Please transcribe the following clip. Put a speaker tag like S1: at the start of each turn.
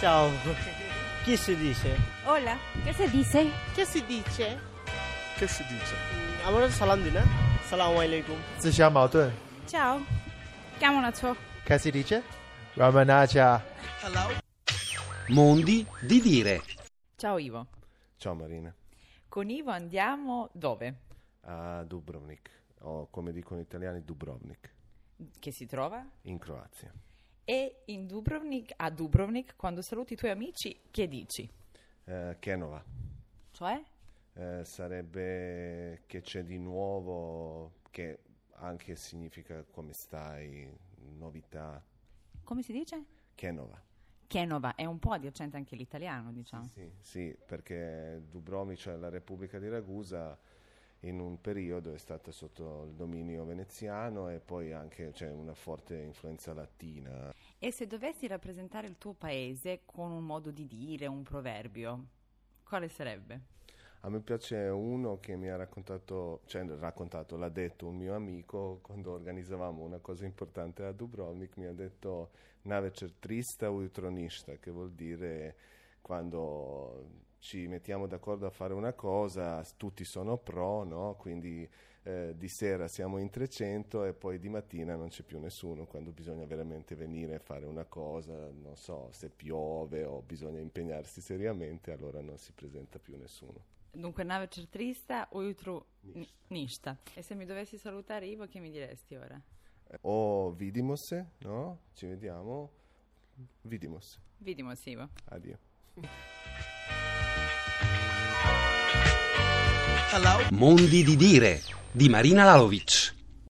S1: Ciao. Chi si dice?
S2: Hola, ¿qué se dice?
S3: Che si dice?
S1: Che si dice? আমরা সালাম দিই না সালাম আলাইকুম
S4: 自相矛盾。
S2: Ciao. Chiamo una ciò.
S4: Che si dice? Ramanaja.
S5: Mondi di dire.
S6: Ciao Ivo.
S7: Ciao Marina,
S6: Con Ivo andiamo dove?
S7: a Dubrovnik, o come dicono gli italiani Dubrovnik,
S6: Che si trova?
S7: in Croazia.
S6: E in Dubrovnik, a Dubrovnik, quando saluti i tuoi amici, che dici?
S7: Eh, che no va?
S6: Cioè?
S7: Eh, sarebbe che c'è di nuovo, che anche significa come stai, novità,
S6: Come si dice?
S7: che no va?
S6: Genova è un po' adiacente anche l'italiano, diciamo.
S7: Sì, sì, perché Dubrovnik, cioè la Repubblica di Ragusa, in un periodo è stata sotto il dominio veneziano e poi anche c'è una forte influenza latina.
S6: E se dovessi rappresentare il tuo paese con un modo di dire, un proverbio, quale sarebbe?
S7: A me piace uno che mi ha raccontato, cioè raccontato, l'ha detto un mio amico quando organizzavamo una cosa importante a Dubrovnik, mi ha detto Navečer trista ujutronista, che vuol dire quando ci mettiamo d'accordo a fare una cosa, s- tutti sono pro, no? Quindi eh, di sera siamo in 300 e poi di mattina non c'è più nessuno quando bisogna veramente venire a fare una cosa, non so, se piove o bisogna impegnarsi seriamente, allora non si presenta più nessuno.
S6: Dunque, nave certrista, uitru nista. E se mi dovessi salutare Ivo, che mi diresti ora?
S7: O vidimo se, no? Ci vediamo. Vidimo se.
S6: Vidimo se Ivo.
S7: Addio.
S5: Mondi di dire. Di Marina Lalovic.